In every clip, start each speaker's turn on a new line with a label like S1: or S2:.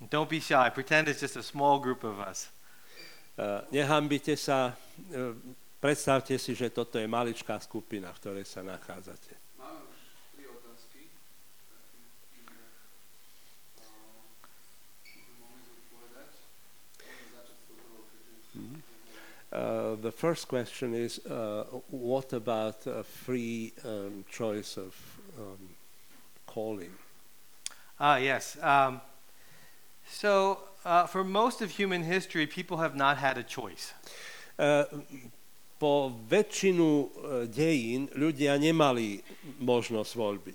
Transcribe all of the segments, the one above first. S1: Don't be shy. Pretend it's just a small group of us.
S2: Eh, Nehambite sa, eh, predstavte si, že toto je maličká skupina, v ktorej sa nachádzate.
S3: Máme už tri otázky. Také, ktoré, a, by mohli zodpovedať. Môžem začať s tou prvou, keďže- Mm-hmm.
S2: Uh, the first question is, uh, what about uh, free um, choice of um, calling? E,
S1: Ah, yes. Um, so, uh, for most of human history, people have not had a choice.
S2: Eh, po väčšinu eh, dejín ľudia nemali možnosť voľby.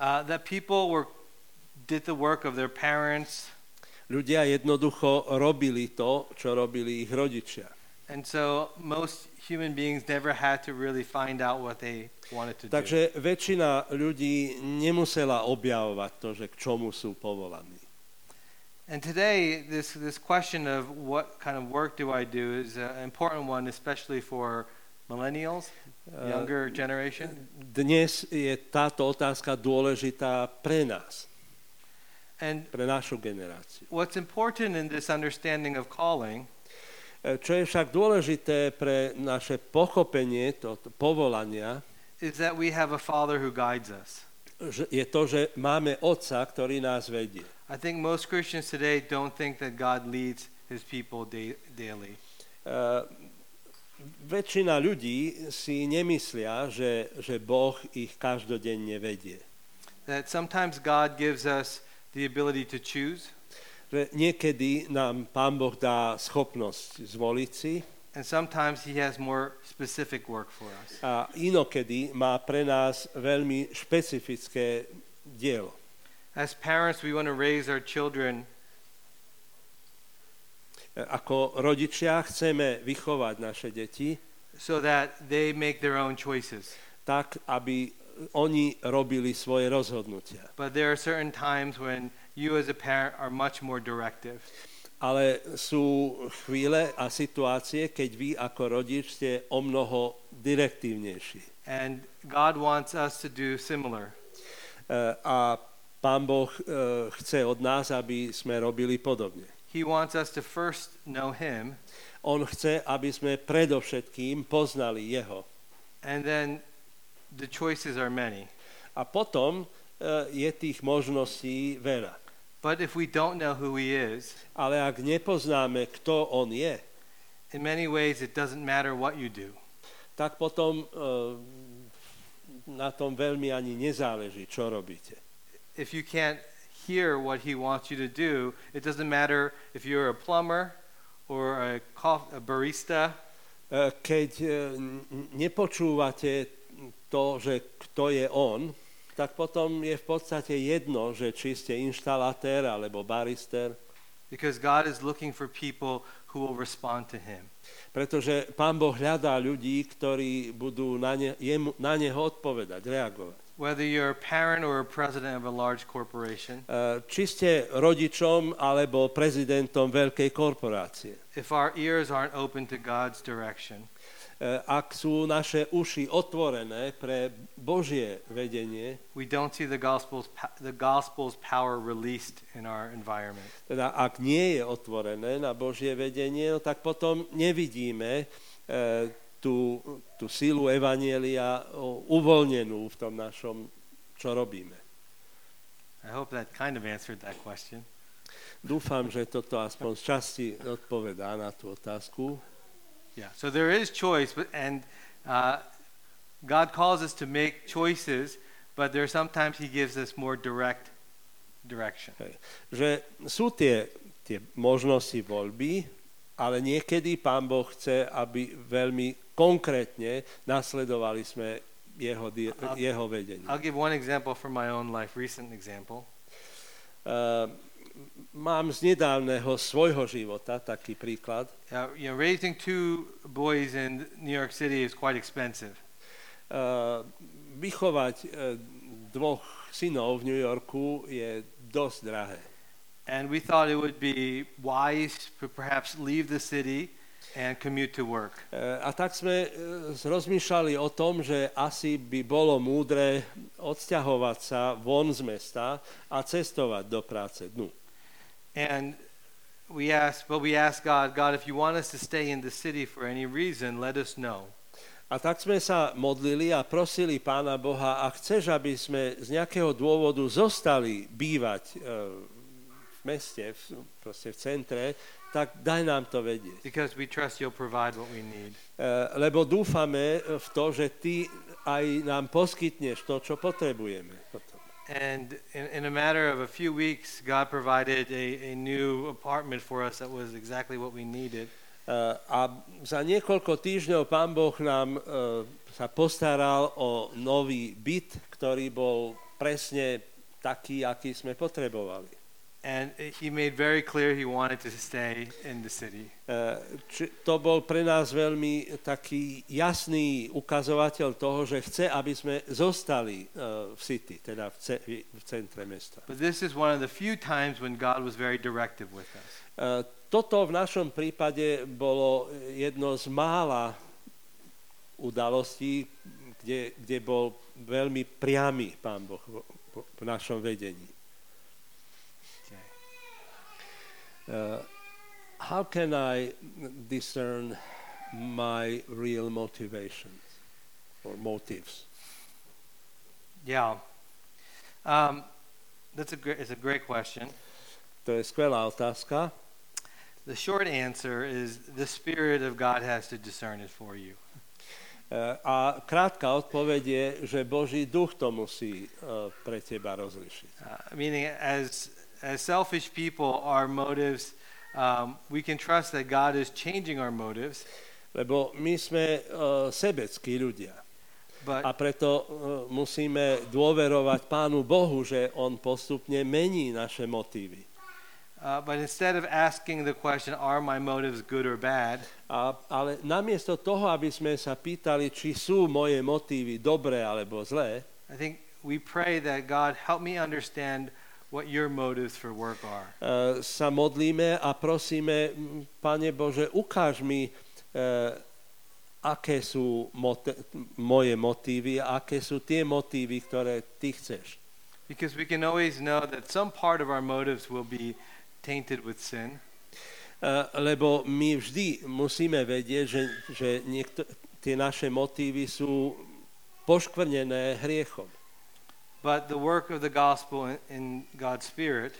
S1: Uh, that people were did the work of their parents,
S2: Ľudia jednoducho robili to, čo robili ich rodičia.
S1: and so most human beings never had to really find out what they wanted to do.
S2: Takže väčšina ľudí nemusela objavovať to, že k čomu sú povolaní.
S1: And today, this this question of what kind of work do I do is an important one, especially for millennials,
S2: Uh,
S1: younger generation.
S2: Dnes je táto otázka dôležitá pre nás,
S1: And
S2: pre našu generáciu.
S1: what's important in this understanding of calling
S2: Eh, Čo je však dôležité pre naše pochopenie to, to povolania,
S1: is that we have a Father who guides us.
S2: že- je to, že máme Otca, ktorý nás vedie. E,
S1: I think most Christians today don't think that God leads his people da- daily.
S2: Eh, väčšina ľudí si nemyslia, že, že Boh ich každodenne vedie.
S1: That sometimes God gives us the ability to choose,
S2: Že niekedy nám Pán Boh dá schopnosť zvoliť si
S1: and sometimes he has more specific work for us.
S2: a inokedy má pre nás veľmi špecifické dielo.
S1: As parents, we want to raise our children
S2: Eh, Ako rodičia chceme vychovať naše deti
S1: so that they make their own choices.
S2: tak, aby oni robili svoje rozhodnutia.
S1: But there are certain times when you, as a parent, are much more directive.
S2: Ale sú chvíle a situácie, keď vy ako rodič ste o mnoho direktívnejší.
S1: And God wants us to do similar.
S2: E, a Pán Boh e, chce od nás, aby sme robili podobne.
S1: He wants us to first know Him
S2: On chce, aby sme predovšetkým poznali Jeho.
S1: and then the choices are many.
S2: A potom e, je tých možností veľa.
S1: But if we don't know who He is,
S2: Ale ak nepoznáme, kto On je,
S1: in many ways it doesn't matter what you do.
S2: tak potom e, na tom veľmi ani nezáleží, čo robíte. E,
S1: If you can't hear what He wants you to do, it doesn't matter if you're a plumber or a, cof- a barista
S2: E, keď e, n- n- nepočúvate to, že kto je On, tak potom je v podstate jedno, že či ste inštalatér alebo barister,
S1: because God is looking for people who will respond to Him.
S2: Pretože Pán Boh hľadá ľudí, ktorí budú na, ne, jemu, na Neho odpovedať, reagovať.
S1: Whether you're a parent or a president of a large corporation,
S2: Eh, Či ste rodičom alebo prezidentom veľkej korporácie.
S1: if our ears aren't open to God's direction,
S2: Eh, Ak sú naše uši otvorené pre Božie vedenie,
S1: we don't see the gospel's, po- the gospel's power released in our environment.
S2: teda ak nie je otvorené na Božie vedenie, no tak potom nevidíme eh, tú, tú sílu Evanielia o, uvoľnenú v tom našom, čo robíme.
S1: I hope that kind of answered that question.
S2: Dúfam, že toto aspoň z časti odpovedá na tú otázku.
S1: Yeah. So there is choice, but and uh, God calls us to make choices, but there are sometimes He gives us more direct direction.
S2: Hej. Že sú tie, tie možnosti voľby, ale niekedy Pán Boh chce, aby veľmi konkrétne nasledovali sme jeho, di-
S1: A-
S2: jeho vedenie. E,
S1: I'll give one example from my own life, recent example.
S2: Eh, mám z nedávneho svojho života taký príklad. E,
S1: Uh, you know, raising two boys in New York City is quite expensive,
S2: Eh, vychovať eh, dvoch synov v New Yorku je dosť drahé.
S1: and we thought it would be wise to perhaps leave the city and commute to work.
S2: E, A tak sme e, s- rozmýšľali o tom, že asi by bolo múdre odsťahovať sa von z mesta a cestovať do práce dnu.
S1: And we ask, but we ask God, God, if you want us to stay in the city for any reason, let us know.
S2: A tak sme sa modlili a prosili Pána Boha, a chceš, aby sme z nejakého dôvodu zostali bývať e, v meste, v, proste v centre, tak daj nám to vedieť. E,
S1: Because we trust you'll provide what we need.
S2: Lebo dúfame v to, že Ty aj nám poskytneš to, čo potrebujeme. potom.
S1: And in, in a matter of a few weeks, God provided a, a new apartment for us that was exactly what we needed.
S2: E, A za niekoľko týždňov Pán Boh nám e, sa postaral o nový byt, ktorý bol presne taký, aký sme potrebovali. E,
S1: And he made very clear he wanted to stay in the city.
S2: E, Či, to bol pre nás veľmi taký jasný ukazovateľ toho, že chce, aby sme zostali e, v city, teda v, ce, v centre mesta. E,
S1: But this is one of the few times when God was very directive with us.
S2: E, Toto v našom prípade bolo jedno z mála udalostí, kde, kde bol veľmi priamy pán Boh vo- vo- v našom vedení. E,
S1: Okay.
S2: Uh, how can I discern my real motivations or motives?
S1: Yeah. Um, that's a great, it's a great question.
S2: To je skvelá otázka. E,
S1: The short answer is the Spirit of God has to discern it for you.
S2: Eh, A krátka odpoveď je, že Boží duch to musí eh, pre teba rozlišiť.
S1: Uh, meaning, as, as selfish people, our motives, um, we can trust that God is changing our motives,
S2: Lebo my sme eh, sebeckí ľudia a
S1: but,
S2: preto eh, musíme dôverovať Pánu Bohu, že On postupne mení naše motívy.
S1: uh, but instead of asking the question, are my motives good or bad,
S2: A, ale namiesto toho, aby sme sa pýtali, či sú moje motívy dobré alebo zlé, e,
S1: I think we pray that God help me understand what your motives for work are.
S2: eh, sa modlíme a prosíme, m, Pane Bože, ukáž mi, eh, aké sú mot- moje motívy a aké sú tie motívy, ktoré Ty chceš.
S1: Because we can always know that some part of our motives will be tainted with sin,
S2: Eh, Lebo my vždy musíme vedieť, že, že niekto- tie naše motívy sú poškvrnené hriechom.
S1: but the work of the gospel in, in God's Spirit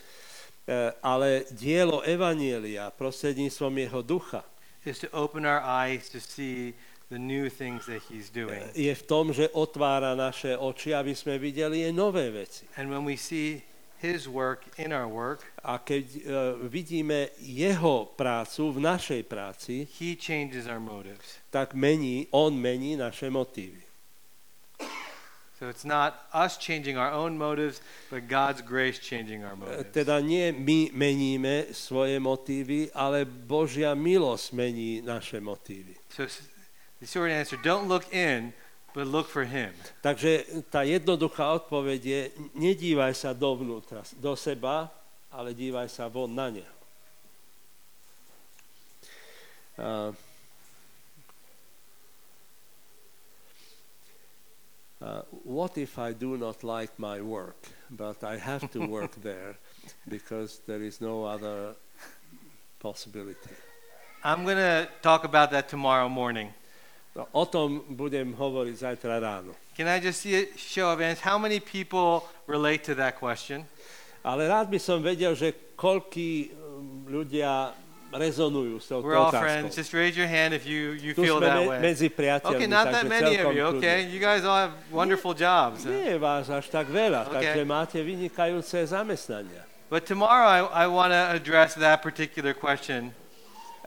S2: Eh, Ale dielo Evanielia prostredníctvom jeho ducha
S1: is to open our eyes to see the new things that He's doing.
S2: e, je v tom, že otvára naše oči, aby sme videli aj nové veci.
S1: And when we see His work in our work,
S2: A keď e, vidíme jeho prácu v našej práci,
S1: He changes our motives.
S2: tak mení, on mení naše motívy. E,
S1: So it's not us changing our own motives, but God's grace changing our
S2: E,
S1: motives.
S2: Teda nie my meníme svoje motívy, ale Božia milosť mení naše motívy.
S1: So s- the short answer don't look in, but look for Him.
S2: Takže tá jednoduchá odpoveď je, nedívaj sa dovnútra, do seba, ale dívaj sa von na neho. A- Uh, what if I do not like my work, but I have to work there because there is no other possibility?
S1: I'm going to talk about that tomorrow morning.
S2: No, o tom budem hovoriť zajtra ráno.
S1: Can I just see a show of hands? How many people relate to that question?
S2: Ale rád by som vedel, že koľkí um, ľudia rezonujú s touto
S1: We're all friends.
S2: otázkou.
S1: Just raise your hand if you, you
S2: Tu
S1: feel
S2: sme
S1: that
S2: me-
S1: way.
S2: medzi priateľmi,
S1: Okay, not that
S2: takže
S1: many
S2: celkom
S1: of you. Okay,
S2: kľudne.
S1: you guys all have wonderful jobs.
S2: Nie je vás až tak veľa,
S1: Okay.
S2: takže máte vynikajúce zamestnania.
S1: But tomorrow I, I want to address that particular question.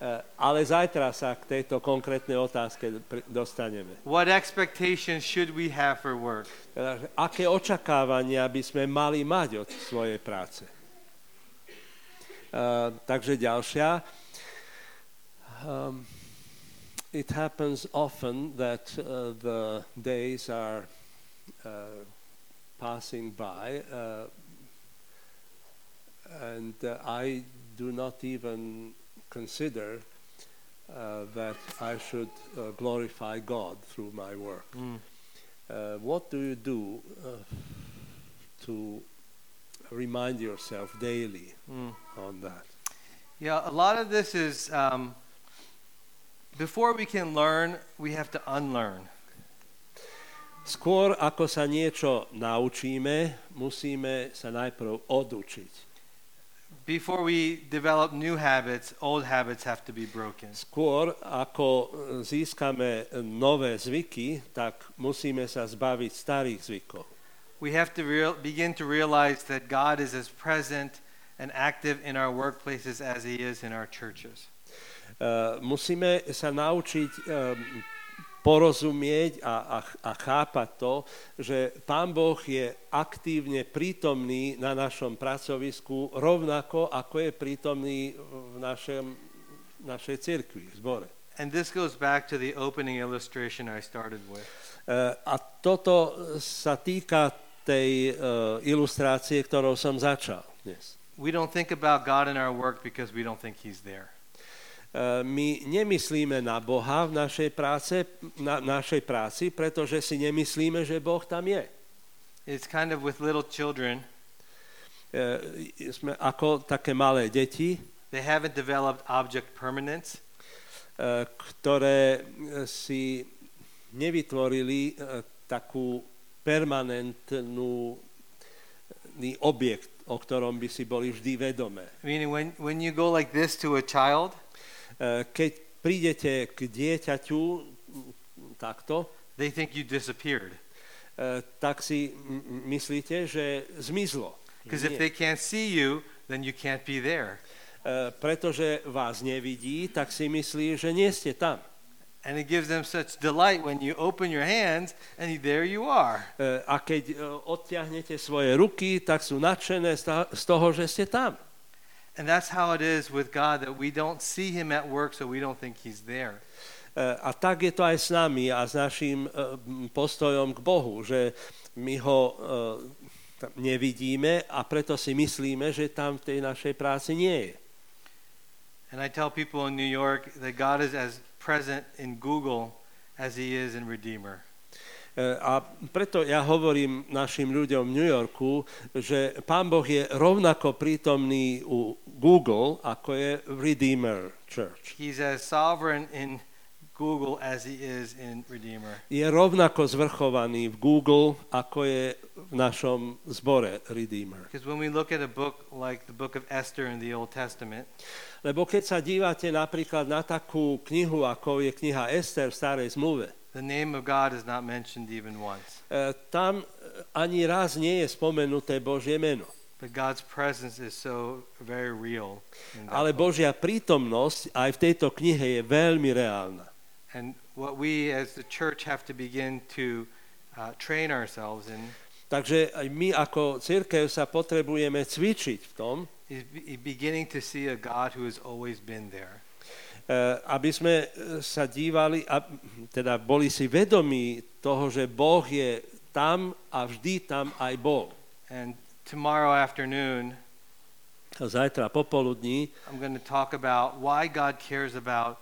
S2: E, Ale zajtra sa k tejto konkrétnej otázke pri- dostaneme.
S1: What expectations should we have for work?
S2: Teda, že Aké očakávania by sme mali mať od svojej práce? E, takže ďalšia. Um, it happens often that uh, the days are uh, passing by uh, and uh, I do not even consider uh, that I should uh, glorify God through my work.
S1: Mm.
S2: Uh, what do you do uh, to remind yourself daily
S1: Mm.
S2: on that.
S1: Yeah, a lot of this is um, before we can learn, we have to unlearn.
S2: Skôr ako sa niečo naučíme, musíme sa najprv odučiť.
S1: Before we develop new habits, old habits have to be broken.
S2: Skôr ako e, získame nové zvyky, tak musíme sa zbaviť starých zvykov.
S1: We have to real, begin to realize that God is as present and active in our workplaces as He is in our churches.
S2: E, musíme sa naučiť e, porozumieť a, a, a chápať to, že Pán Boh je aktívne prítomný na našom pracovisku rovnako ako je prítomný v našem, našej cirkvi, v zbore. Eh,
S1: And this goes back to the opening illustration I started with.
S2: E, A toto sa týka tej e, ilustrácie, ktorou som začal dnes.
S1: We don't think about God in our work because we don't think He's there.
S2: E, My nemyslíme na Boha v našej, práce, na, našej práci, pretože si nemyslíme, že Boh tam je.
S1: It's kind of with little children.
S2: E, Sme ako také malé deti, e,
S1: They haven't developed object permanence.
S2: ktoré e, si nevytvorili e, takú permanentnúný objekt, o ktorom by si boli vždy vedomé.
S1: Meaning, when, when you go like this to a child,
S2: E, keď prídete k dieťaťu m, takto,
S1: they think you disappeared.
S2: e, tak si m- m- myslíte, že zmizlo.
S1: Because if
S2: Nie.
S1: they can't see you, then you can't be there.
S2: E, Pretože vás nevidí, tak si myslí, že nie ste tam.
S1: And it gives them such delight when you open your hands and there you are.
S2: E, A keď e, odtiahnete svoje ruky, tak sú nadšené z ta- z toho, že ste tam. E,
S1: And that's how it is with God that we don't see Him at work, so we don't think He's there.
S2: E, A tak je to aj s nami a s našim e, m, postojom k Bohu, že my ho e, tam nevidíme a preto si myslíme, že tam v tej našej práci nie je. E,
S1: And I tell people in New York that God is as present in Google as He is in Redeemer.
S2: E, A preto ja hovorím našim ľuďom v New Yorku, že Pán Boh je rovnako prítomný u Google, ako je v Redeemer Church.
S1: He's as sovereign in Google as He is in Redeemer.
S2: Je rovnako zvrchovaný v Google, ako je v našom zbore Redeemer.
S1: Because when we look at a book like the book of Esther in the Old Testament,
S2: Lebo keď sa dívate napríklad na takú knihu, ako je kniha Ester v starej zmluve,
S1: the name of God is not mentioned even once,
S2: e, tam ani raz nie je spomenuté Božie meno.
S1: but God's presence is so very real. in that
S2: Ale
S1: book.
S2: Božia prítomnosť aj v tejto knihe je veľmi reálna.
S1: And what we as the church have to begin to uh, train ourselves in
S2: Takže aj my ako církev sa potrebujeme cvičiť v tom,
S1: is
S2: e,
S1: be- beginning to see a God who has always been there.
S2: Eh, aby sme e, sa dívali, a, teda boli si vedomí toho, že Boh je tam a vždy tam aj bol.
S1: And tomorrow afternoon,
S2: Zajtra popoludní
S1: I'm going to talk about why God cares about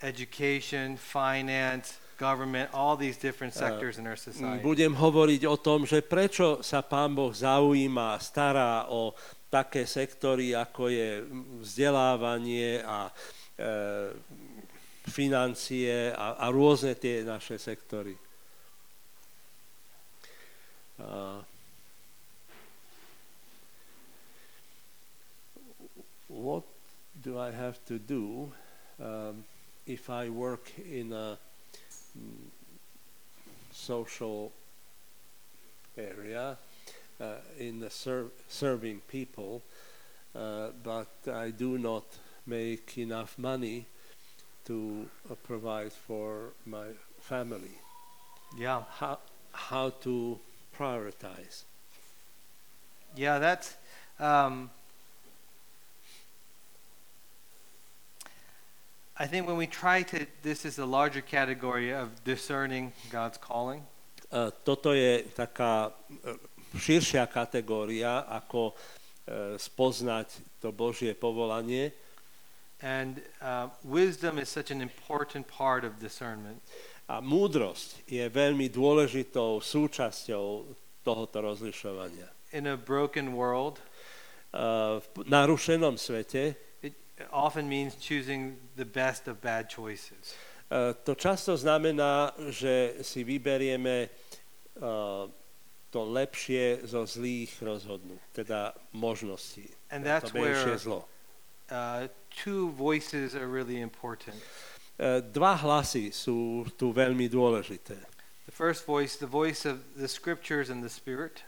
S1: education, finance, government, all these different sectors in our society.
S2: budem hovoriť o tom, že prečo sa Pán Boh zaujíma, stará o také sektory, ako je vzdelávanie a e, financie a, a rôzne tie naše sektory. A, what do I have to do um, if I work in a mm, social area uh, in the ser- serving people, uh, but I do not make enough money to uh, provide for my family.
S1: yeah.
S2: How how to prioritize?
S1: Yeah, that's. Um, I think when we try to, this is the larger category of discerning God's calling.
S2: Uh, toto je taká eh, širšia kategória, ako eh, spoznať to Božie povolanie.
S1: And uh, wisdom is such an important part of discernment.
S2: A múdrosť je veľmi dôležitou súčasťou tohoto rozlišovania.
S1: in a broken world,
S2: v p- narušenom svete, e,
S1: it often means choosing the best of bad choices.
S2: Eh, to často znamená, že si vyberieme eh, to lepšie zo zlých rozhodnutí, teda možností.
S1: And
S2: To
S1: that's
S2: menšie
S1: where
S2: zlo. E,
S1: uh, two voices are really important.
S2: Eh, Dva hlasy sú tu veľmi dôležité. E,
S1: The first voice, the voice of the scriptures and the spirit,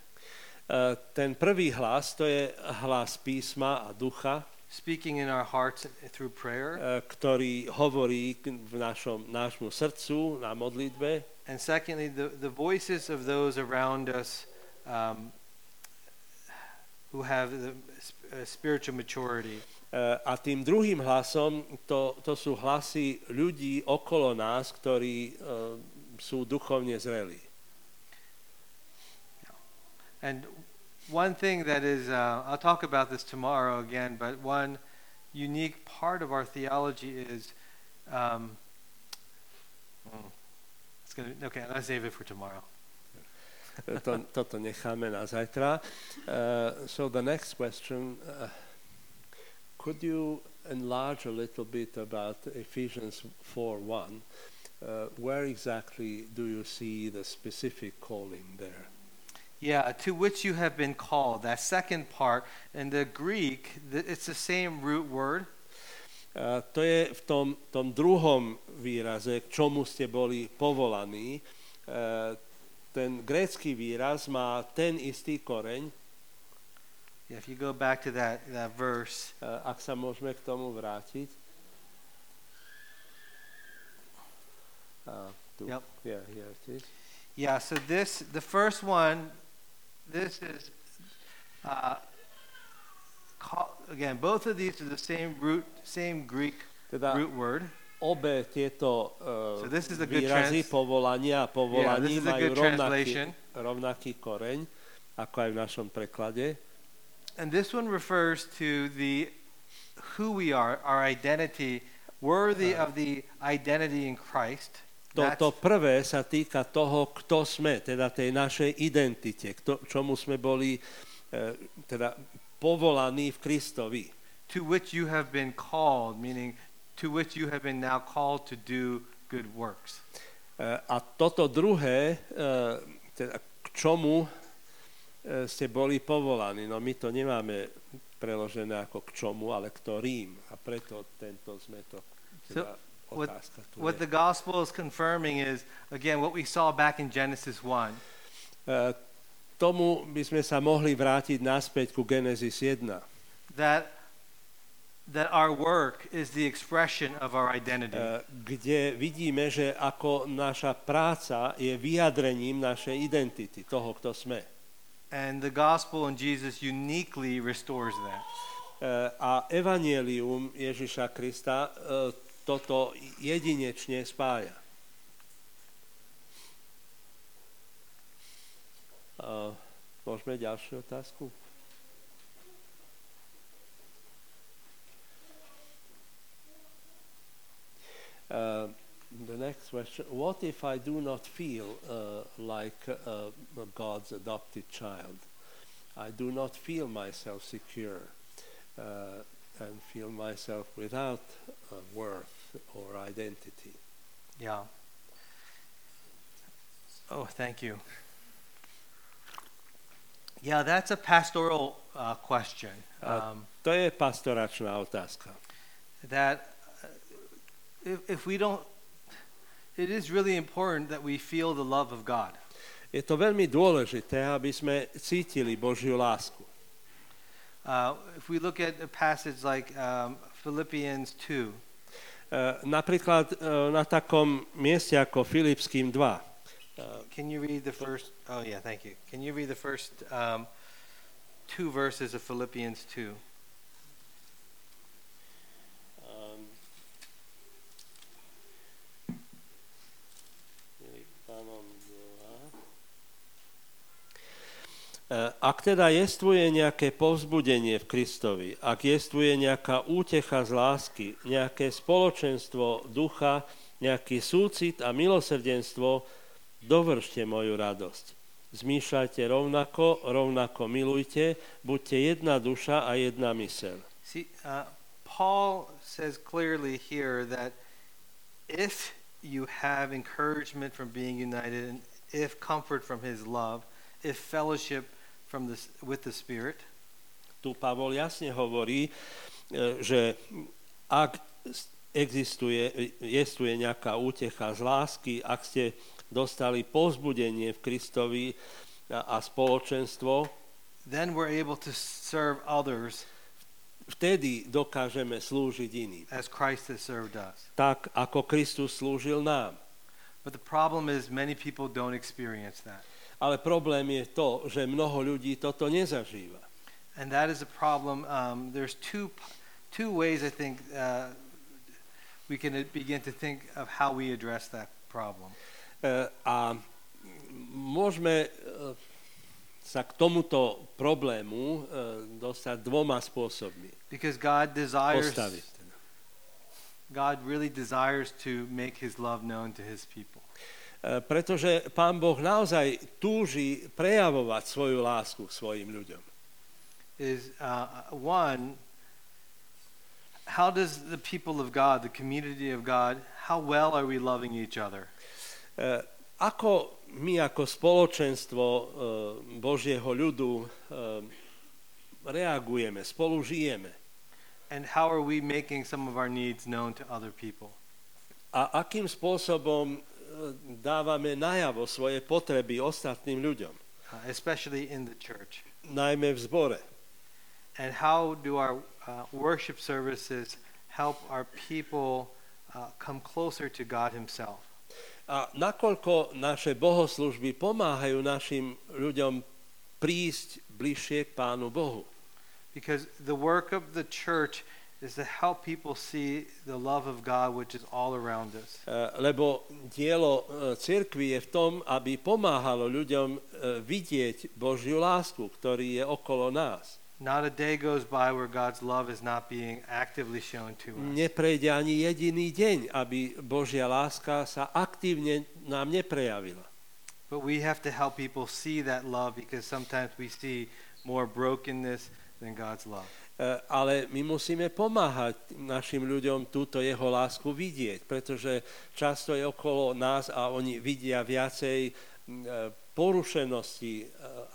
S2: Eh, Ten prvý hlas, to je hlas písma a ducha,
S1: speaking in our hearts through prayer.
S2: eh, ktorý hovorí k- v našom, nášmu srdcu na modlitbe. E,
S1: And secondly, the, the voices of those around us um, who have the sp- uh, spiritual maturity.
S2: Eh, A tým druhým hlasom to, to sú hlasy ľudí okolo nás, ktorí eh, sú duchovne zrelí.
S1: And one thing that is, uh, I'll talk about this tomorrow again, but one unique part of our theology is, um, mm, it's gonna, okay, I'll save it for tomorrow.
S2: Eh, To, toto necháme na zajtra. Eh, so the next question, eh, could you enlarge a little bit about Ephesians 4.1? Uh, where exactly do you see the specific calling there?
S1: Yeah, to which you have been called. That second part in the Greek, th- it's the same root word,
S2: A to je v tom, tom druhom výraze, k čomu ste boli povolaní. E, Ten grécky výraz má ten istý koreň, e,
S1: Yeah, if you go back to that, that verse,
S2: ak sa môžeme k tomu vrátiť. A tu,
S1: Yep.
S2: yeah, here it is.
S1: yeah, so this, the first one, this is, uh, call, again, both of these are the same root, same Greek
S2: Teda
S1: root word.
S2: obe tieto
S1: So
S2: uh,
S1: this is a good
S2: výrazy
S1: trans-
S2: povolania a
S1: Yeah, this
S2: povolaní
S1: is a
S2: majú
S1: good
S2: rovnaký,
S1: translation.
S2: rovnaký koreň, ako aj v našom preklade.
S1: And this one refers to the who we are, our identity, worthy of the identity in Christ.
S2: Toto
S1: That's-
S2: prvé sa týka toho, kto sme, teda tej našej identite, kto, čomu sme boli eh, teda povolaní v Kristovi. E,
S1: to which you have been called, meaning to which you have been now called to do good works.
S2: Eh, a toto druhé, eh, teda k čomu eh, ste boli povolaní, no my to nemáme preložené ako k čomu, ale ktorým. A preto tento zmetok. Teda
S1: what-
S2: otázka tu
S1: What
S2: je.
S1: the gospel is confirming is, again, what we saw back in Genesis 1.
S2: Eh, tomu by sme sa mohli vrátiť naspäť ku Genesis 1.
S1: that that our work is the expression of our identity.
S2: Eh, kde vidíme, že ako naša práca je vyjadrením našej identity, toho, kto sme.
S1: and the gospel and Jesus uniquely restores that.
S2: Eh, A evanielium Ježiša Krista eh, toto jedinečne spája. Eh, Môžeme ďalšiu otázku? E, Uh, the next question, what if I do not feel uh, like uh, God's adopted child? I do not feel myself secure uh, and feel myself without uh, worth or identity.
S1: Yeah. Oh, thank you. Yeah, that's a pastoral uh, question.
S2: Uh,
S1: Um,
S2: To je pastoračná otázka.
S1: that uh, if, if we don't, it is really important that we feel the love of God.
S2: Je to veľmi dôležité, aby sme cítili Božiu lásku.
S1: Uh, if we look at a passage like um, Philippians 2,
S2: Eh, Napríklad eh, na takom mieste ako Filipským uh, 2.
S1: Can you read the first? Oh, yeah, thank you. Can you read the first um, two verses of Philippians 2?
S2: Um, Filipanom E, 2. E, Ak teda jestvuje nejaké povzbudenie v Kristovi, ak jestvuje nejaká útecha z lásky, nejaké spoločenstvo ducha, nejaký súcit a milosrdenstvo, dovršte moju radosť. Zmýšľajte rovnako, rovnako milujte, buďte jedna duša a jedna myseľ.
S1: See, uh, Paul says clearly here that if you have encouragement from being united, and if comfort from his love, if fellowship from the, s- with the Spirit,
S2: Tu Pavol jasne hovorí, e, že ak s- existuje, existuje nejaká útecha z lásky, ak ste dostali povzbudenie v Kristovi a, a spoločenstvo,
S1: then we're able to serve others
S2: vtedy dokážeme slúžiť iným.
S1: as Christ has served us.
S2: Tak, ako Kristus slúžil nám.
S1: But the problem is, many people don't experience that.
S2: Ale problém je to, že mnoho ľudí toto nezažíva. E,
S1: And that is a problem. Um, there's two, p- two ways I think uh, we can uh, begin to think of how we address that problem.
S2: E, A môžeme e, sa k tomuto problému e, dostať dvoma spôsobmi.
S1: Because God desires,
S2: Postaviť. teda.
S1: God really desires to make his love known to his people.
S2: E, Pretože pán Boh naozaj túži prejavovať svoju lásku k svojim ľuďom. E,
S1: Is uh, one, how does the people of God, the community of God, how well are we loving each other?
S2: E, Ako my ako spoločenstvo e, Božieho ľudu e, reagujeme, spolu žijeme?
S1: And how are we making some of our needs known to other people?
S2: A akým spôsobom e, dávame najavo svoje potreby ostatným ľuďom,
S1: uh, especially in the church?
S2: najmä v zbore?
S1: And how do our uh, worship services help our people uh, come closer to God Himself?
S2: A nakoľko naše bohoslužby pomáhajú našim ľuďom prísť bližšie k Pánu Bohu.
S1: Because the work of the church is to help people see the love of God which is all around us.
S2: E, Lebo dielo e, cirkvi je v tom, aby pomáhalo ľuďom e, vidieť Božiu lásku, ktorý je okolo nás.
S1: Not a day goes by where God's love is not being actively shown to us.
S2: Mm. Neprejde ani jediný deň, aby Božia láska sa aktívne nám neprejavila. Eh,
S1: But we have to help people see that love because sometimes we see more brokenness than God's love.
S2: E, ale my musíme pomáhať našim ľuďom túto jeho lásku vidieť, pretože často je okolo nás a oni vidia viacej mm, e, porušenosti e,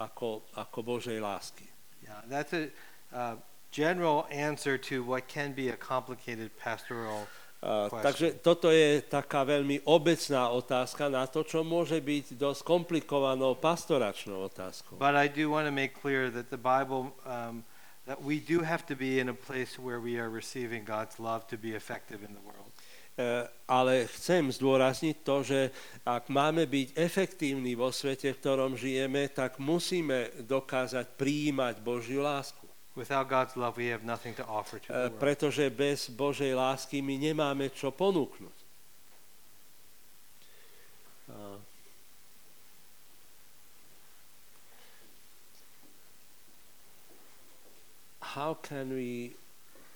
S2: ako, ako Božej lásky.
S1: Yeah, that's a uh, general answer to what can be a complicated pastoral
S2: E,
S1: Klasne.
S2: Takže toto je taká veľmi obecná otázka na to, čo môže byť dosť komplikovanou pastoračnou otázkou.
S1: But I do want to make clear that the Bible, um, that we do have to be in a place where we are receiving God's love to be effective in the world.
S2: E, ale chcem zdôrazniť to, že ak máme byť efektívni vo svete, v ktorom žijeme, tak musíme dokázať prijímať Božiu lásku.
S1: Without God's love, we have nothing to offer to
S2: E,
S1: the world.
S2: Pretože bez Božej lásky my nemáme čo ponúknuť. A- How can we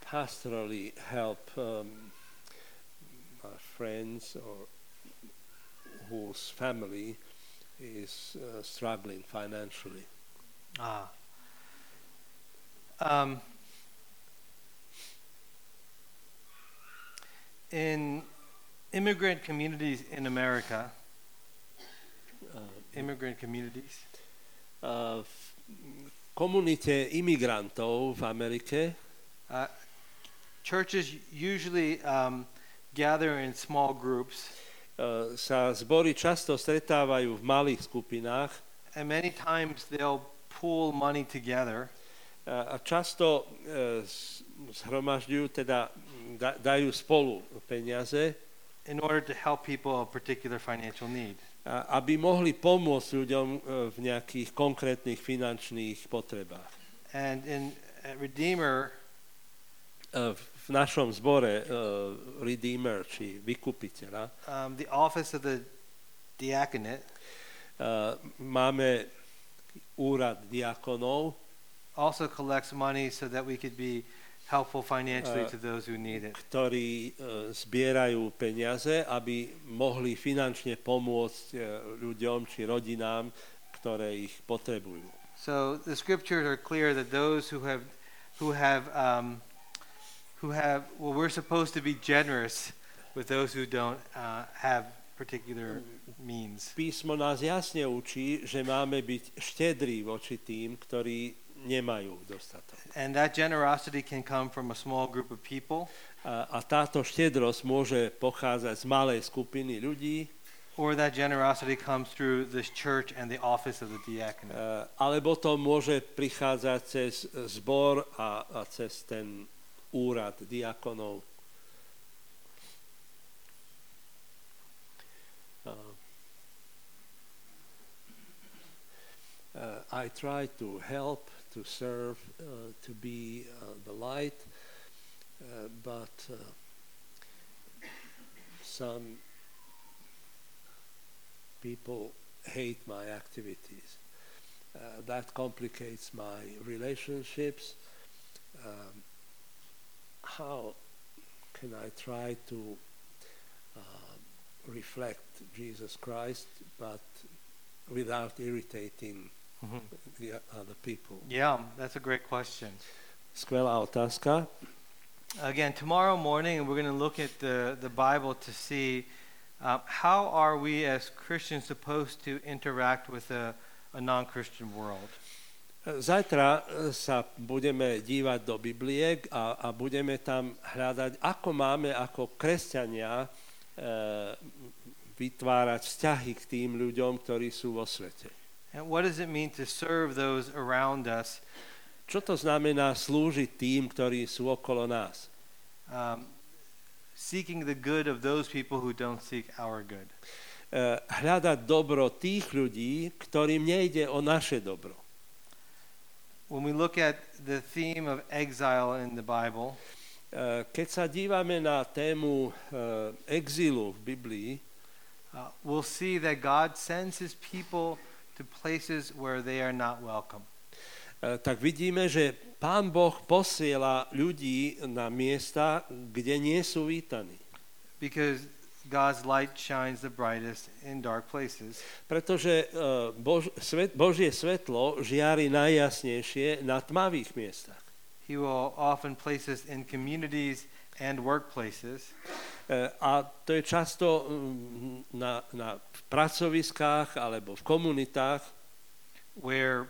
S2: pastorally help um, our friends or whose family is uh, struggling financially?
S1: Ah. Um, in immigrant communities in America,
S2: Uh,
S1: immigrant communities,
S2: v komunite imigrantov v Amerike e,
S1: uh, churches usually um, gather in small groups.
S2: eh, sa zbory často stretávajú v malých skupinách
S1: And many times they'll pool money together
S2: eh, a často eh, s- zhromažďujú, teda mm, da- dajú spolu peniaze,
S1: in order to help people a particular financial need.
S2: a- aby mohli pomôcť ľuďom eh, v nejakých konkrétnych finančných potrebách. E,
S1: And in at Redeemer,
S2: Eh, V v našom zbore eh, Redeemer, či vykupiteľa, e,
S1: um, the office of the diaconate
S2: eh, máme úrad diakonov,
S1: also collects money so that we could be helpful financially
S2: Uh,
S1: to those who need it.
S2: ktorí e, zbierajú peniaze, aby mohli finančne pomôcť e, ľuďom či rodinám, ktoré ich potrebujú.
S1: So the scriptures are clear that those who have, who have, um, who have, well, we're supposed to be generous with those who don't uh, have particular means.
S2: Písmo nás jasne učí, že máme byť štedrí voči tým, ktorí nemajú dostatok.
S1: And that generosity can come from a small group of people
S2: A, a táto štedrosť môže pocházať z malej skupiny ľudí,
S1: or that generosity comes through this church and the office of the
S2: e,
S1: diaconate.
S2: alebo to môže prichádzať cez zbor a, a cez ten úrad diakonov. Uh, uh, I try to help, to serve, uh, to be uh, the light, uh, but uh, some people hate my activities. Uh, that complicates my relationships. Um, how can I try to uh, reflect Jesus Christ, but without irritating the o- other people?
S1: Yeah, that's a great question.
S2: Skvelá otázka.
S1: Again, tomorrow morning, we're going to look at the, the Bible to see uh, how are we as Christians supposed to interact with a, a non-Christian world.
S2: Zajtra e, sa budeme dívať do Bibliek a, a budeme tam hľadať, ako máme ako kresťania e, vytvárať vzťahy k tým ľuďom, ktorí sú vo svete.
S1: And what does it mean to serve those around us?
S2: Čo to znamená slúžiť tým, ktorí sú okolo nás? E,
S1: Um, seeking the good of those people who don't seek our good.
S2: E, hľadať dobro tých ľudí, ktorým nejde o naše dobro. E,
S1: When we look at the theme of exile in the Bible,
S2: E, keď sa dívame na tému e, exilu v Biblii,
S1: uh, we'll see that God sends his people to places where they are not welcome.
S2: E, tak vidíme, že Pán Boh posiela ľudí na miesta, kde nie sú vítaní.
S1: Because God's light shines the brightest in dark places.
S2: Pretože e, Bož, svet, Božie svetlo žiari najjasnejšie na tmavých miestach. E,
S1: He will often place us in communities and workplaces
S2: E, A to je často mm, na, na pracoviskách alebo v komunitách, e,
S1: where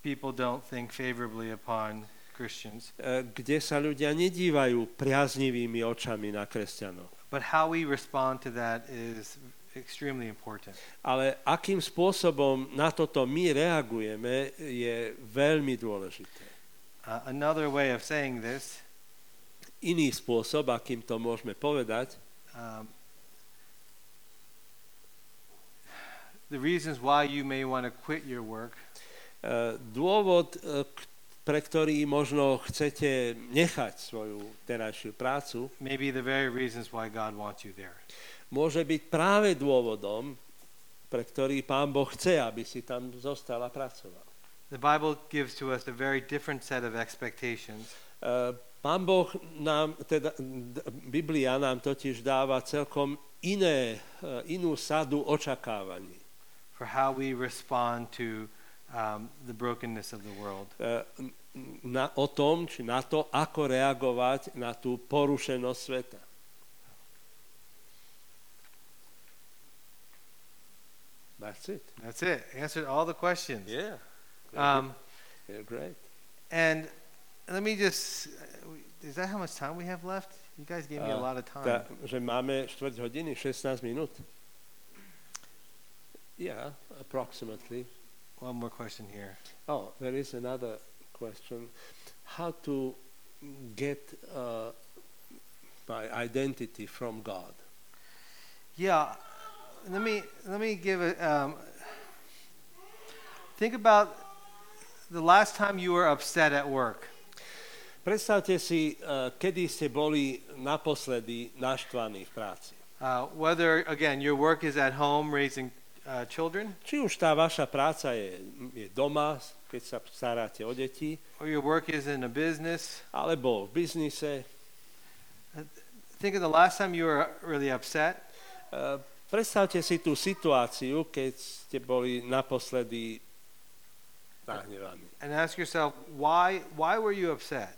S1: people don't think favorably upon Christians.
S2: e, kde sa ľudia nedívajú priaznivými očami na kresťanov.
S1: But how we respond to that is extremely important.
S2: Ale akým spôsobom na toto my reagujeme, je veľmi dôležité.
S1: Uh, another way of saying this
S2: Iný spôsob, akým to môžeme povedať, e,
S1: um, the reasons why you may want to quit your work
S2: e, dôvod, e, k- pre ktorý možno chcete nechať svoju terajšiu prácu,
S1: may be the very reasons why God wants you there.
S2: môže byť práve dôvodom, pre ktorý pán Boh chce, aby si tam zostala pracoval. E,
S1: The Bible gives to us a very different set of expectations
S2: E, Pán Boh nám, teda d- Biblia nám totiž dáva celkom iné, e, inú sadu očakávaní.
S1: for how we respond to um, the brokenness of the world.
S2: E, n- n- Na, o tom, či na to, ako reagovať na tú porušenosť sveta. That's it.
S1: That's it. Answered all the questions.
S2: Yeah.
S1: Um,
S2: You're great.
S1: and let me just, is that how much time we have left? You guys gave me a
S2: Uh,
S1: lot of time.
S2: Tá, že máme 4 hodiny, 16 minút. Yeah, approximately.
S1: One more question here.
S2: Oh, there is another question. How to get uh, my identity from God?
S1: Yeah, let me let me give a um, think about the last time you were upset at work.
S2: Predstavte si, eh, kedy ste boli naposledy naštvaní v práci.
S1: Uh, whether again your work is at home raising uh, children,
S2: Či už tá vaša práca je, je doma, keď sa staráte o deti,
S1: or your work is in a business.
S2: alebo v biznise. Eh,
S1: Think of the last time you were really upset.
S2: Eh, Predstavte si tú situáciu, keď ste boli naposledy nahnevaní.
S1: and ask yourself why why were you upset?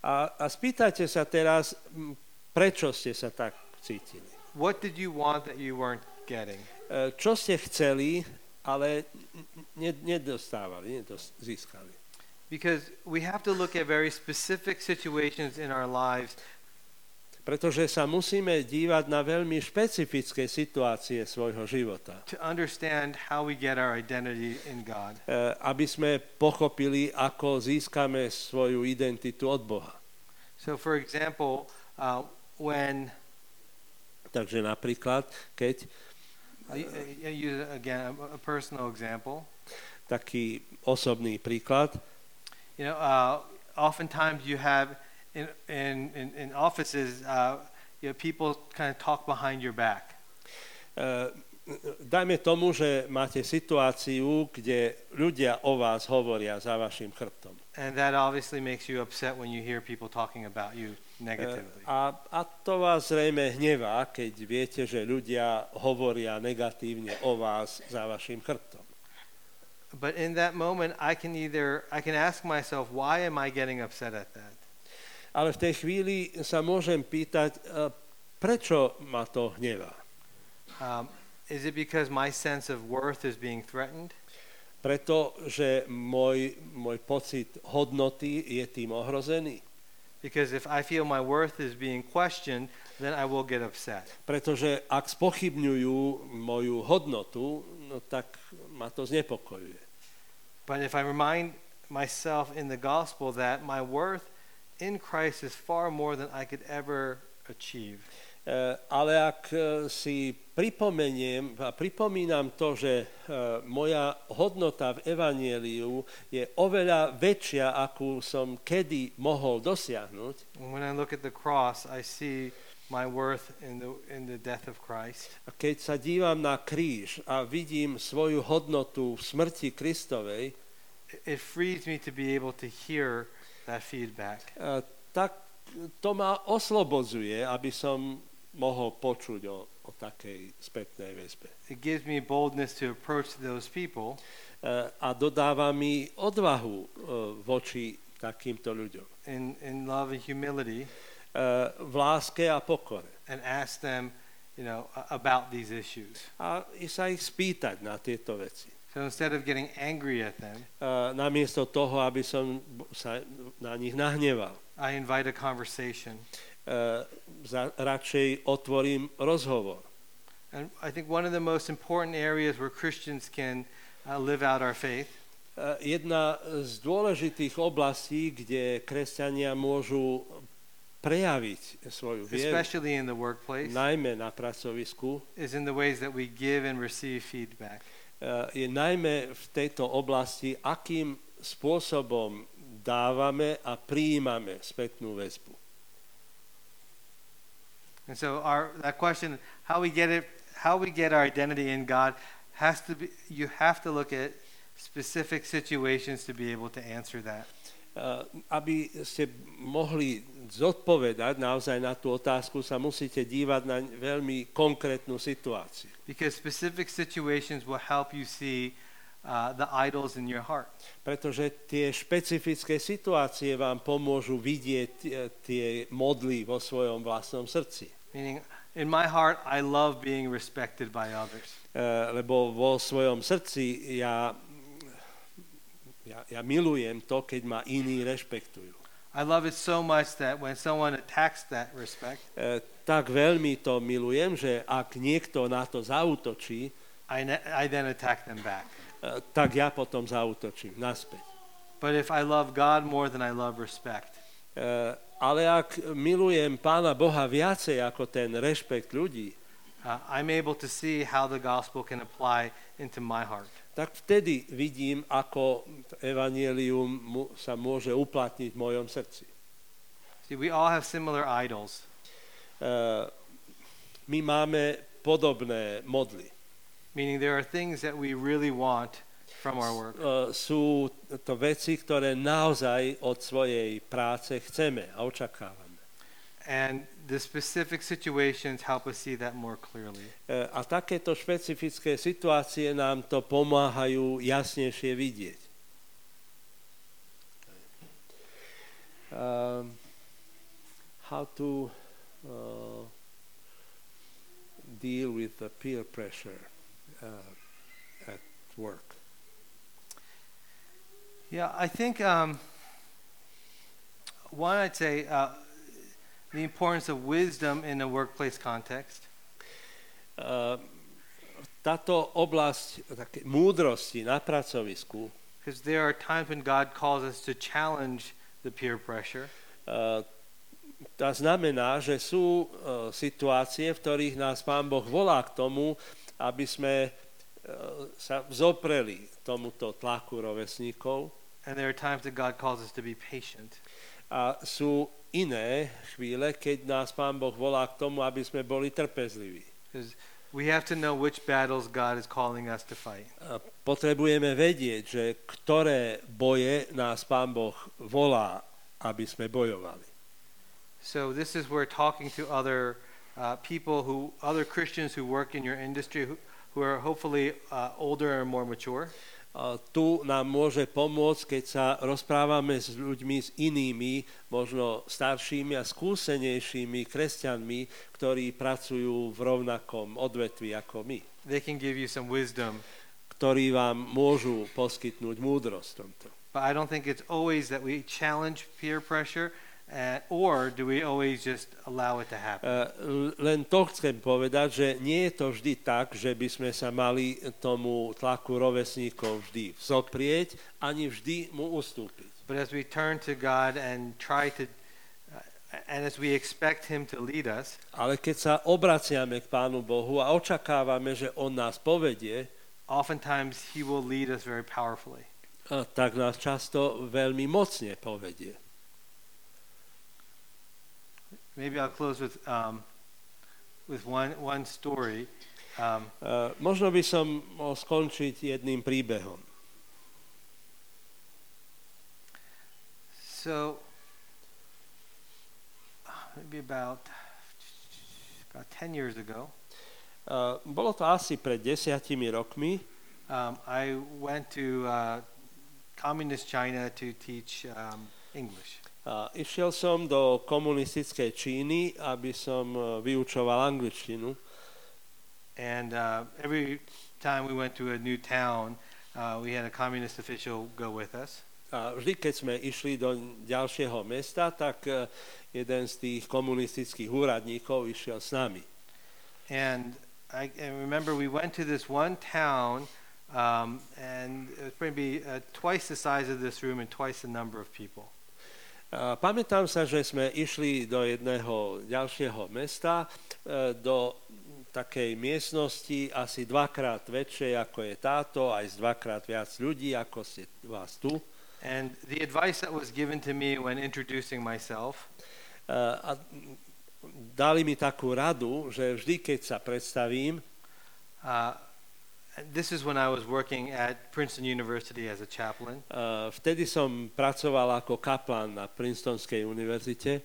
S2: A, a spýtajte sa teraz, m, prečo ste sa tak cítili.
S1: What did you want that you weren't getting?
S2: E, Čo ste chceli, ale n- n- nedostávali, nedos- získali.
S1: Because we have to look at very specific situations in our lives
S2: Pretože sa musíme dívať na veľmi špecifické situácie svojho života,
S1: to understand how we get our identity in God.
S2: e, aby sme pochopili, ako získame svoju identitu od Boha.
S1: So, for example, uh, when
S2: Takže napríklad, keď
S1: the, uh, you, again a, a personal example,
S2: taký osobný príklad,
S1: you
S2: e,
S1: know, uh, oftentimes you have in in in, in offices, uh, you know, people kind of talk behind your back.
S2: E, dajme tomu, že máte situáciu, kde ľudia o vás hovoria za vašim chrbtom. E,
S1: And that obviously makes you upset when you hear people talking about you
S2: E,
S1: negatively.
S2: A, a to vás zrejme hnevá, keď viete, že ľudia hovoria negatívne o vás za vašim chrbtom.
S1: But in that moment, I can either I can ask myself, why am I getting upset at that?
S2: Ale v tej chvíli sa môžem pýtať, e, prečo ma to hnevá?
S1: Um, is it because my sense of worth is being threatened?
S2: Pretože môj, môj pocit hodnoty je tým ohrozený.
S1: Because if I feel my worth is being questioned, then I will get upset.
S2: Pretože ak spochybňujú moju hodnotu, no tak ma to znepokojuje.
S1: But if I remind myself in the gospel that my worth in Christ is far more than I could ever achieve,
S2: E, Ale ak e, si pripomeniem a pripomínam to, že e, moja hodnota v Evanieliu je oveľa väčšia, akú som kedy mohol dosiahnuť,
S1: and when I look at the cross, I see my worth in the in the death of Christ.
S2: a keď sa dívam na kríž a vidím svoju hodnotu v smrti Kristovej, e,
S1: It- It frees me to be able to hear that feedback.
S2: tak to ma oslobodzuje, aby som mohol počuť o, o takej spätnej väzbe.
S1: it gives me boldness to approach those people
S2: E, a dodáva mi odvahu e, voči takýmto ľuďom. E,
S1: in, in love and humility
S2: V láske a pokore.
S1: and ask them, you know, a- about these issues.
S2: A i sa ich spýtať na tieto veci. E,
S1: So instead of getting angry at them,
S2: Namiesto toho, aby som b- sa na nich nahneval. Eh,
S1: I invite a conversation.
S2: E, za- Radšej otvorím rozhovor.
S1: And I think one of the most important areas where Christians can uh, live out our faith
S2: E, Jedna z dôležitých oblastí, kde kresťania môžu prejaviť svoju vieru,
S1: especially in the workplace,
S2: najmä na pracovisku,
S1: is in the ways that we give and receive feedback.
S2: Eh, je najmä v tejto oblasti, akým spôsobom dávame a prijímame spätnú väzbu.
S1: And so our that question, how we get it, how we get our identity in God, has to be. You have to look at specific situations to be able to answer that.
S2: Eh, Aby ste mohli zodpovedať naozaj na tú otázku, sa musíte dívať na veľmi konkrétnu situáciu.
S1: Because specific situations will help you see uh, the idols in your heart.
S2: Pretože tie špecifické situácie vám pomôžu vidieť eh, tie modly vo svojom vlastnom srdci. E,
S1: Meaning, in my heart, I love being respected by others.
S2: Eh, lebo vo svojom srdci ja, ja, ja milujem to, keď ma iní rešpektujú. E,
S1: I love it so much that when someone attacks that respect,
S2: Eh, tak veľmi to milujem, že ak niekto na to zautočí, eh,
S1: I, ne- I then attack them back.
S2: tak ja potom zautočím naspäť. E,
S1: But if I love God more than I love respect,
S2: Eh, ale ak milujem Pána Boha viacej ako ten rešpekt ľudí,
S1: uh, I'm able to see how the gospel can apply into my heart.
S2: tak vtedy vidím, ako evanielium mu- sa môže uplatniť v mojom srdci. E,
S1: See, we all have similar idols,
S2: Eh, My máme podobné modly. E,
S1: meaning there are things that we really want from our work.
S2: Eh, Sú to veci, ktoré naozaj od svojej práce chceme a očakávame.
S1: And the specific situations help us see that more clearly.
S2: E, A takéto špecifické situácie nám to pomáhajú jasnejšie vidieť. Ehm, how to uh, deal with the peer pressure uh, at work.
S1: Yeah, I think um, one, I'd say uh, the importance of wisdom in a workplace context.
S2: Uh, táto oblasť také múdrosti na pracovisku,
S1: Because there are times when God calls us to challenge the peer pressure,
S2: uh, tá znamená, že sú uh, situácie, v ktorých nás Pán Boh volá k tomu, aby sme uh, sa vzopreli tomuto tlaku rovesníkov
S1: and there are times that God calls us to be patient.
S2: a sú iné chvíle, keď nás Pán Boh volá k tomu, aby sme boli trpezliví.
S1: Because we have to know which battles God is calling us to fight.
S2: A Potrebujeme vedieť, že ktoré boje nás Pán Boh volá, aby sme bojovali.
S1: So this is where talking to other uh, people who, other Christians who work in your industry, who, who are hopefully uh, older and more mature,
S2: A Tu nám môže pomôcť, keď sa rozprávame s ľuďmi, s inými, možno staršími a skúsenejšími kresťanmi, ktorí pracujú v rovnakom odvetvi ako my,
S1: they can give you some wisdom.
S2: ktorí vám môžu poskytnúť múdrosť v tomto. E,
S1: But I don't think it's always that we challenge peer pressure, uh, or do we always just allow it to happen?
S2: E, l- Len to chcem povedať, že nie je to vždy tak, že by sme sa mali tomu tlaku rovesníkov vždy vzoprieť, ani vždy mu ustúpiť.
S1: But as we turn to God and try to, uh, and as we expect Him to lead us,
S2: Ale keď sa obraciame k Pánu Bohu a očakávame, že On nás povedie,
S1: oftentimes He will lead us very powerfully.
S2: a tak nás často veľmi mocne povedie.
S1: Maybe I'll close with um, with one one story. Um,
S2: E, Možno by som mohol skončiť jedným príbehom.
S1: so uh, maybe about about ten years ago,
S2: E, Bolo to asi pred desiatimi rokmi.
S1: um, I went to uh, communist China to teach um, English.
S2: A išiel som do komunistickej Číny, aby som e, vyučoval angličtinu.
S1: And uh, every time we went to a new town, uh, we had a communist official go with us.
S2: A vždy, keď sme išli do ďalšieho mesta, tak e, jeden z tých komunistických úradníkov išiel s nami.
S1: And I, I remember we went to this one town, um, and it was maybe uh, twice the size of this room and twice the number of people.
S2: A pamätám sa, že sme išli do jedného ďalšieho mesta, e, do takej miestnosti asi dvakrát väčšej ako je táto, aj z dvakrát viac ľudí ako ste vás tu. E,
S1: And the advice that was given to me when introducing myself
S2: A dali mi takú radu, že vždy, keď sa predstavím, e,
S1: uh, this is when I was working at Princeton University as a chaplain.
S2: e, vtedy som pracoval ako kaplan na Princetonskej univerzite,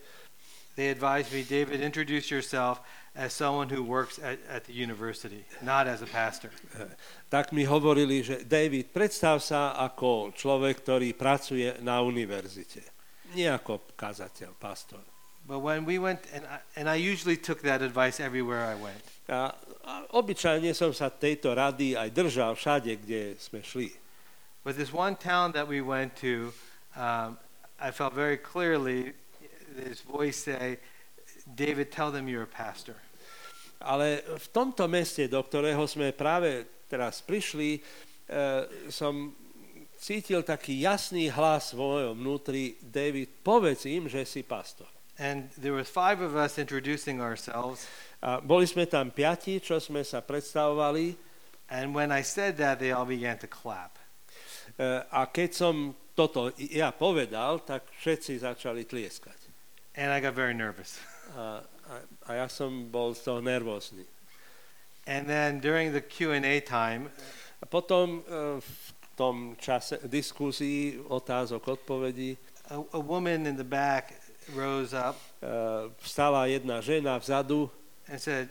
S1: They advised me, David, introduce yourself as someone who works at, at the university, not as a pastor.
S2: tak mi hovorili, že David, predstav sa ako človek, ktorý pracuje na univerzite. Nie ako kazateľ, pastor.
S1: But when we went, and I, and I usually took that advice everywhere I went.
S2: A, a obyčajne som sa tejto rady aj držal všade, kde sme šli.
S1: But this one town that we went to, um, I felt very clearly this voice say, David, tell them you're a pastor.
S2: Ale v tomto meste, do ktorého sme práve teraz prišli, e, som cítil taký jasný hlas vo mojom vnútri, David, povedz im, že si pastor.
S1: And there was five of us introducing ourselves.
S2: A boli sme tam piati, čo sme sa predstavovali e,
S1: And when I said that, they all began to clap.
S2: E, a keď som toto i- ja povedal, tak všetci začali tlieskať.
S1: And I got very nervous.
S2: A, a, a ja som bol z toho nervózny.
S1: And then during the Q&A time,
S2: A potom e, v tom čase diskusii, otázok, odpovedí, e,
S1: a, a woman in the back rose up
S2: vstala jedna žena vzadu. E,
S1: and said,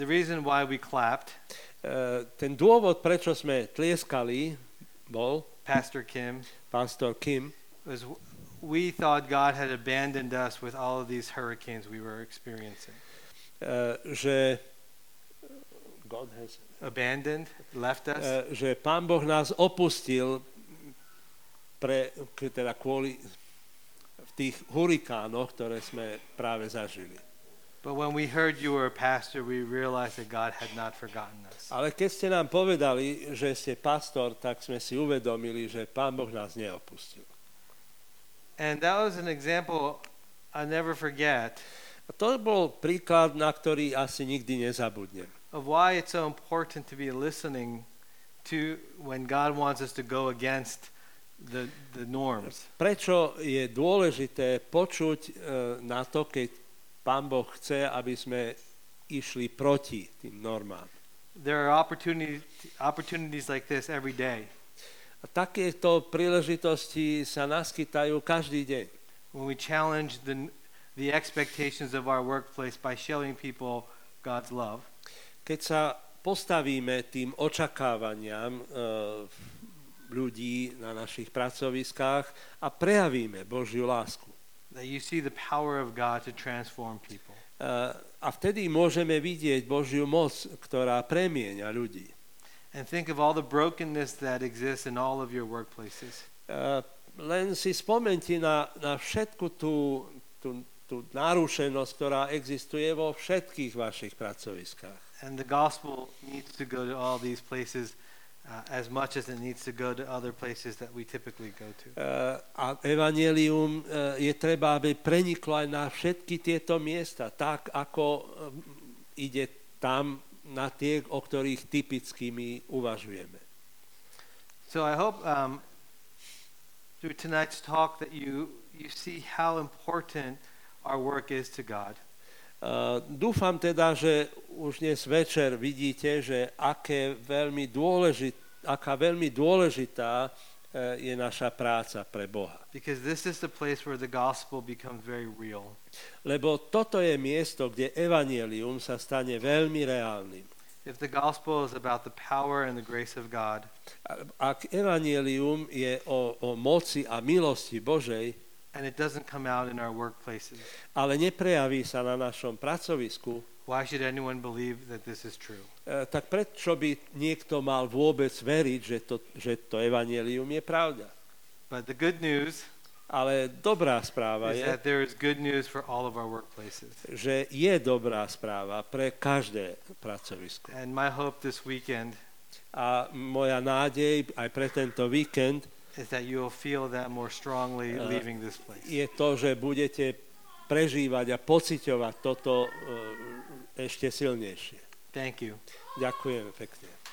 S1: the reason why we clapped,
S2: Ten dôvod, prečo sme tlieskali, bol
S1: Pastor Kim,
S2: pastor Kim,
S1: was w- we thought God had abandoned us with all of these hurricanes we were experiencing.
S2: eh, že, God has,
S1: Abandoned, left us.
S2: eh, že Pán Boh nás opustil pre, k- teda kvôli v tých hurikánoch, ktoré sme práve zažili.
S1: but when we heard you were a pastor, we realized that God had not forgotten us.
S2: Ale keď ste nám povedali, že ste pastor, tak sme si uvedomili, že Pán Boh nás neopustil.
S1: And that was an example I never forget
S2: A to bol príklad, na ktorý asi nikdy nezabudnem.
S1: of why it's so important to be listening to when God wants us to go against the, the norms.
S2: Prečo je dôležité počuť e, na to, keď Pán Boh chce, aby sme išli proti tým normám.
S1: There are opportunities, opportunities like this every day.
S2: A takéto príležitosti sa naskytajú každý deň.
S1: when we challenge the, the expectations of our workplace by showing people God's love,
S2: Keď sa postavíme tým očakávaniam e, ľudí na našich pracoviskách a prejavíme Božiu lásku. Eh,
S1: that you see the power of God to transform people.
S2: E, a vtedy môžeme vidieť Božiu moc, ktorá premieňa ľudí. Eh,
S1: And think of all the brokenness that exists in all of your workplaces.
S2: Eh, len si spomente na, na všetku tú, tú, tú narušenosť, ktorá existuje vo všetkých vašich pracoviskách.
S1: And the gospel needs to go to all these places uh, as much as it needs to go to other places that we typically go to.
S2: Eh, A evanelium eh, je treba, aby preniklo aj na všetky tieto miesta, tak ako eh, ide tam na tie, o ktorých typicky my uvažujeme. Eh,
S1: So I hope um, through tonight's talk that you, you see how important our work is to God.
S2: Uh, dúfam teda, že už dnes večer vidíte, že aké veľmi dôležit, aká veľmi dôležitá eh, je naša práca pre Boha.
S1: Because this is the place where the gospel becomes very real.
S2: Lebo toto je miesto, kde evanielium sa stane veľmi reálnym.
S1: If the gospel is about the power and the grace of God,
S2: A- Ak evanielium je o, o moci a milosti Božej,
S1: and it doesn't come out in our workplaces,
S2: ale neprejaví sa na našom pracovisku,
S1: why should anyone believe that this is true?
S2: eh, tak prečo by niekto mal vôbec veriť, že to, že to evanielium je pravda?
S1: But the good news
S2: Ale dobrá správa
S1: is
S2: je,
S1: that there is good news for all of our workplaces.
S2: že je dobrá správa pre každé pracovisko.
S1: And my hope this weekend
S2: A moja nádej aj pre tento víkend
S1: is that you will feel that more strongly
S2: Uh,
S1: leaving this place.
S2: je to, že budete prežívať a pociťovať toto eh, ešte silnejšie.
S1: Thank you.
S2: Ďakujem pekne.